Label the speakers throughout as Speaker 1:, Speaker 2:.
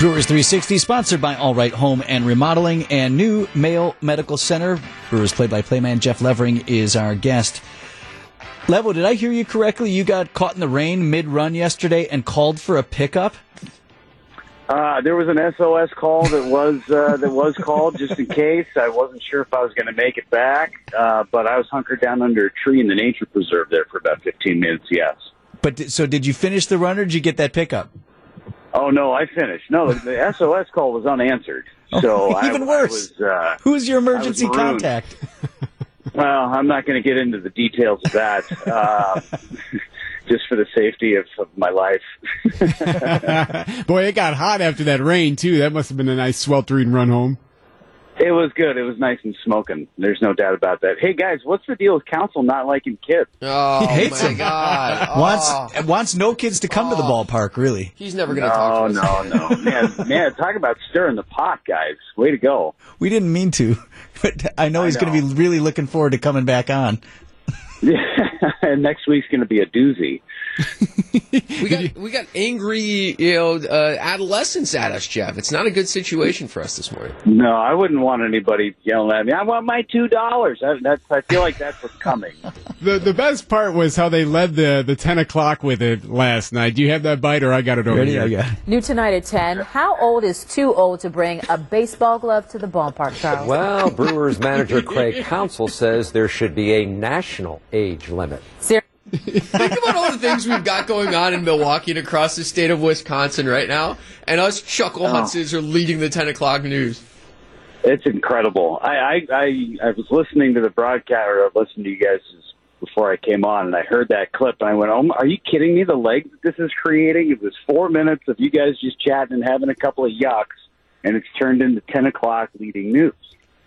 Speaker 1: Brewers 360, sponsored by All Right Home and Remodeling and New Mayo Medical Center. Brewers play by play man Jeff Levering is our guest. Levo, did I hear you correctly? You got caught in the rain mid run yesterday and called for a pickup?
Speaker 2: Uh, there was an SOS call that was uh, that was called just in case. I wasn't sure if I was going to make it back, uh, but I was hunkered down under a tree in the nature preserve there for about 15 minutes. Yes.
Speaker 1: But di- so did you finish the run or did you get that pickup?
Speaker 2: Oh no, I finished. No, the SOS call was unanswered. So I-
Speaker 1: Oh, even
Speaker 2: I,
Speaker 1: worse.
Speaker 2: was, uh,
Speaker 1: Who's your emergency
Speaker 2: marooned.
Speaker 1: contact?
Speaker 2: well, I'm not going to get into the details of that, uh, just for the safety of, of my life.
Speaker 3: Boy, it got hot after that rain too. That must have been a nice sweltering run home.
Speaker 2: It was good. It was nice and smoking. There's no doubt about that. Hey guys, what's the deal with council not liking kids?
Speaker 4: Oh
Speaker 1: hates
Speaker 4: my
Speaker 1: him.
Speaker 4: god!
Speaker 2: Ah.
Speaker 4: Oh,
Speaker 1: wants wants no kids to come to the ballpark, really.
Speaker 4: he's never going to talk
Speaker 2: Oh
Speaker 4: to
Speaker 2: no,
Speaker 4: us.
Speaker 2: no, man, man, talk about stirring the pot, guys. Way to go.
Speaker 1: We didn't mean to, but I know he's
Speaker 2: know.
Speaker 1: going to be really looking forward to coming back on.
Speaker 2: and next week's going to be a doozy.
Speaker 4: We got we got angry, you know, uh, adolescents at us, Jeff. It's not a good situation for us this morning.
Speaker 2: No, I wouldn't want anybody yelling at me. I want my two dollars. That's. I feel like that's what's coming.
Speaker 3: The the best part was how they led the the ten o'clock with it last night. Do you have that bite or I got it over
Speaker 1: Ready?
Speaker 3: here?
Speaker 1: Yeah.
Speaker 5: New tonight at 10. How old is too old to bring a baseball glove to the ballpark, Charles?
Speaker 6: Well, Brewers manager Craig Council says there should be a national age limit.
Speaker 5: Ser-
Speaker 4: Think about all the things we've got going on in Milwaukee and across the state of Wisconsin right now, and us chuckle hunses are leading the ten o'clock news.
Speaker 2: It's incredible. I I, I, I was listening to the broadcast, or I listened to you guys before I came on, and I heard that clip, and I went, "Oh, my- are you kidding me? The legs that this is creating. It was four minutes of you guys just chatting and having a couple of yucks, and it's turned into ten o'clock leading news.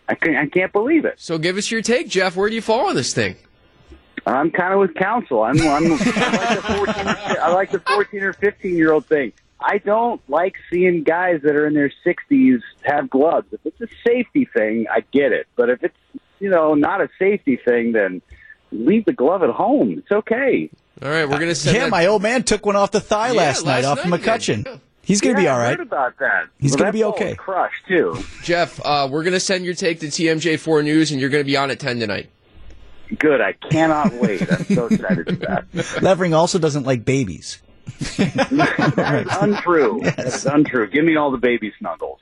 Speaker 2: I can't, I can't believe it.
Speaker 4: So give us your take, Jeff. Where do you fall on this thing?
Speaker 2: I'm kind of with counsel. I'm, I'm I like the 14, or- I like the 14 or 15 year old thing. I don't like seeing guys that are in their 60s have gloves. If it's a safety thing, I get it. But if it's you know not a safety thing, then leave the glove at home. It's okay.
Speaker 4: All right, we're going to send
Speaker 1: Yeah,
Speaker 4: that-
Speaker 1: my old man took one off the thigh
Speaker 4: Yeah,
Speaker 1: last night
Speaker 4: last
Speaker 1: off
Speaker 4: night,
Speaker 1: McCutcheon.
Speaker 4: yeah.
Speaker 1: He's going to be
Speaker 2: Yeah, I
Speaker 1: all right.
Speaker 2: heard about that.
Speaker 1: He's
Speaker 2: Well,
Speaker 1: gonna
Speaker 2: that
Speaker 1: be
Speaker 2: ball was
Speaker 1: okay.
Speaker 2: Crushed too.
Speaker 4: Jeff, uh, we're going to send your take to TMJ4 News, and you're going to be on at 10 tonight.
Speaker 2: Good. I cannot wait. I'm so excited for that.
Speaker 1: Levering also doesn't like babies.
Speaker 2: That is untrue. That is untrue. Give me all the baby snuggles.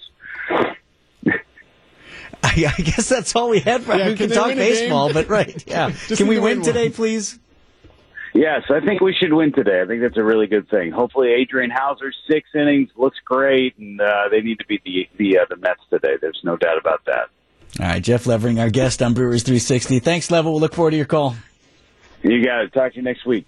Speaker 1: I, I guess that's all we had. For,
Speaker 3: Yeah,
Speaker 1: we can
Speaker 3: can they
Speaker 1: talk
Speaker 3: win a game?
Speaker 1: baseball, but right, yeah.
Speaker 3: Just
Speaker 1: can we
Speaker 3: need to
Speaker 1: win
Speaker 3: win
Speaker 1: today,
Speaker 3: one.
Speaker 1: please?
Speaker 2: Yes, I think we should win today. I think that's a really good thing. Hopefully, Adrian Hauser six innings looks great, and uh, they need to beat the the uh, the Mets today. There's no doubt about that.
Speaker 1: All right, Jeff Levering, our guest on Brewers 360. Thanks, Level. We'll look forward to your call.
Speaker 2: You got it. Talk to you next week.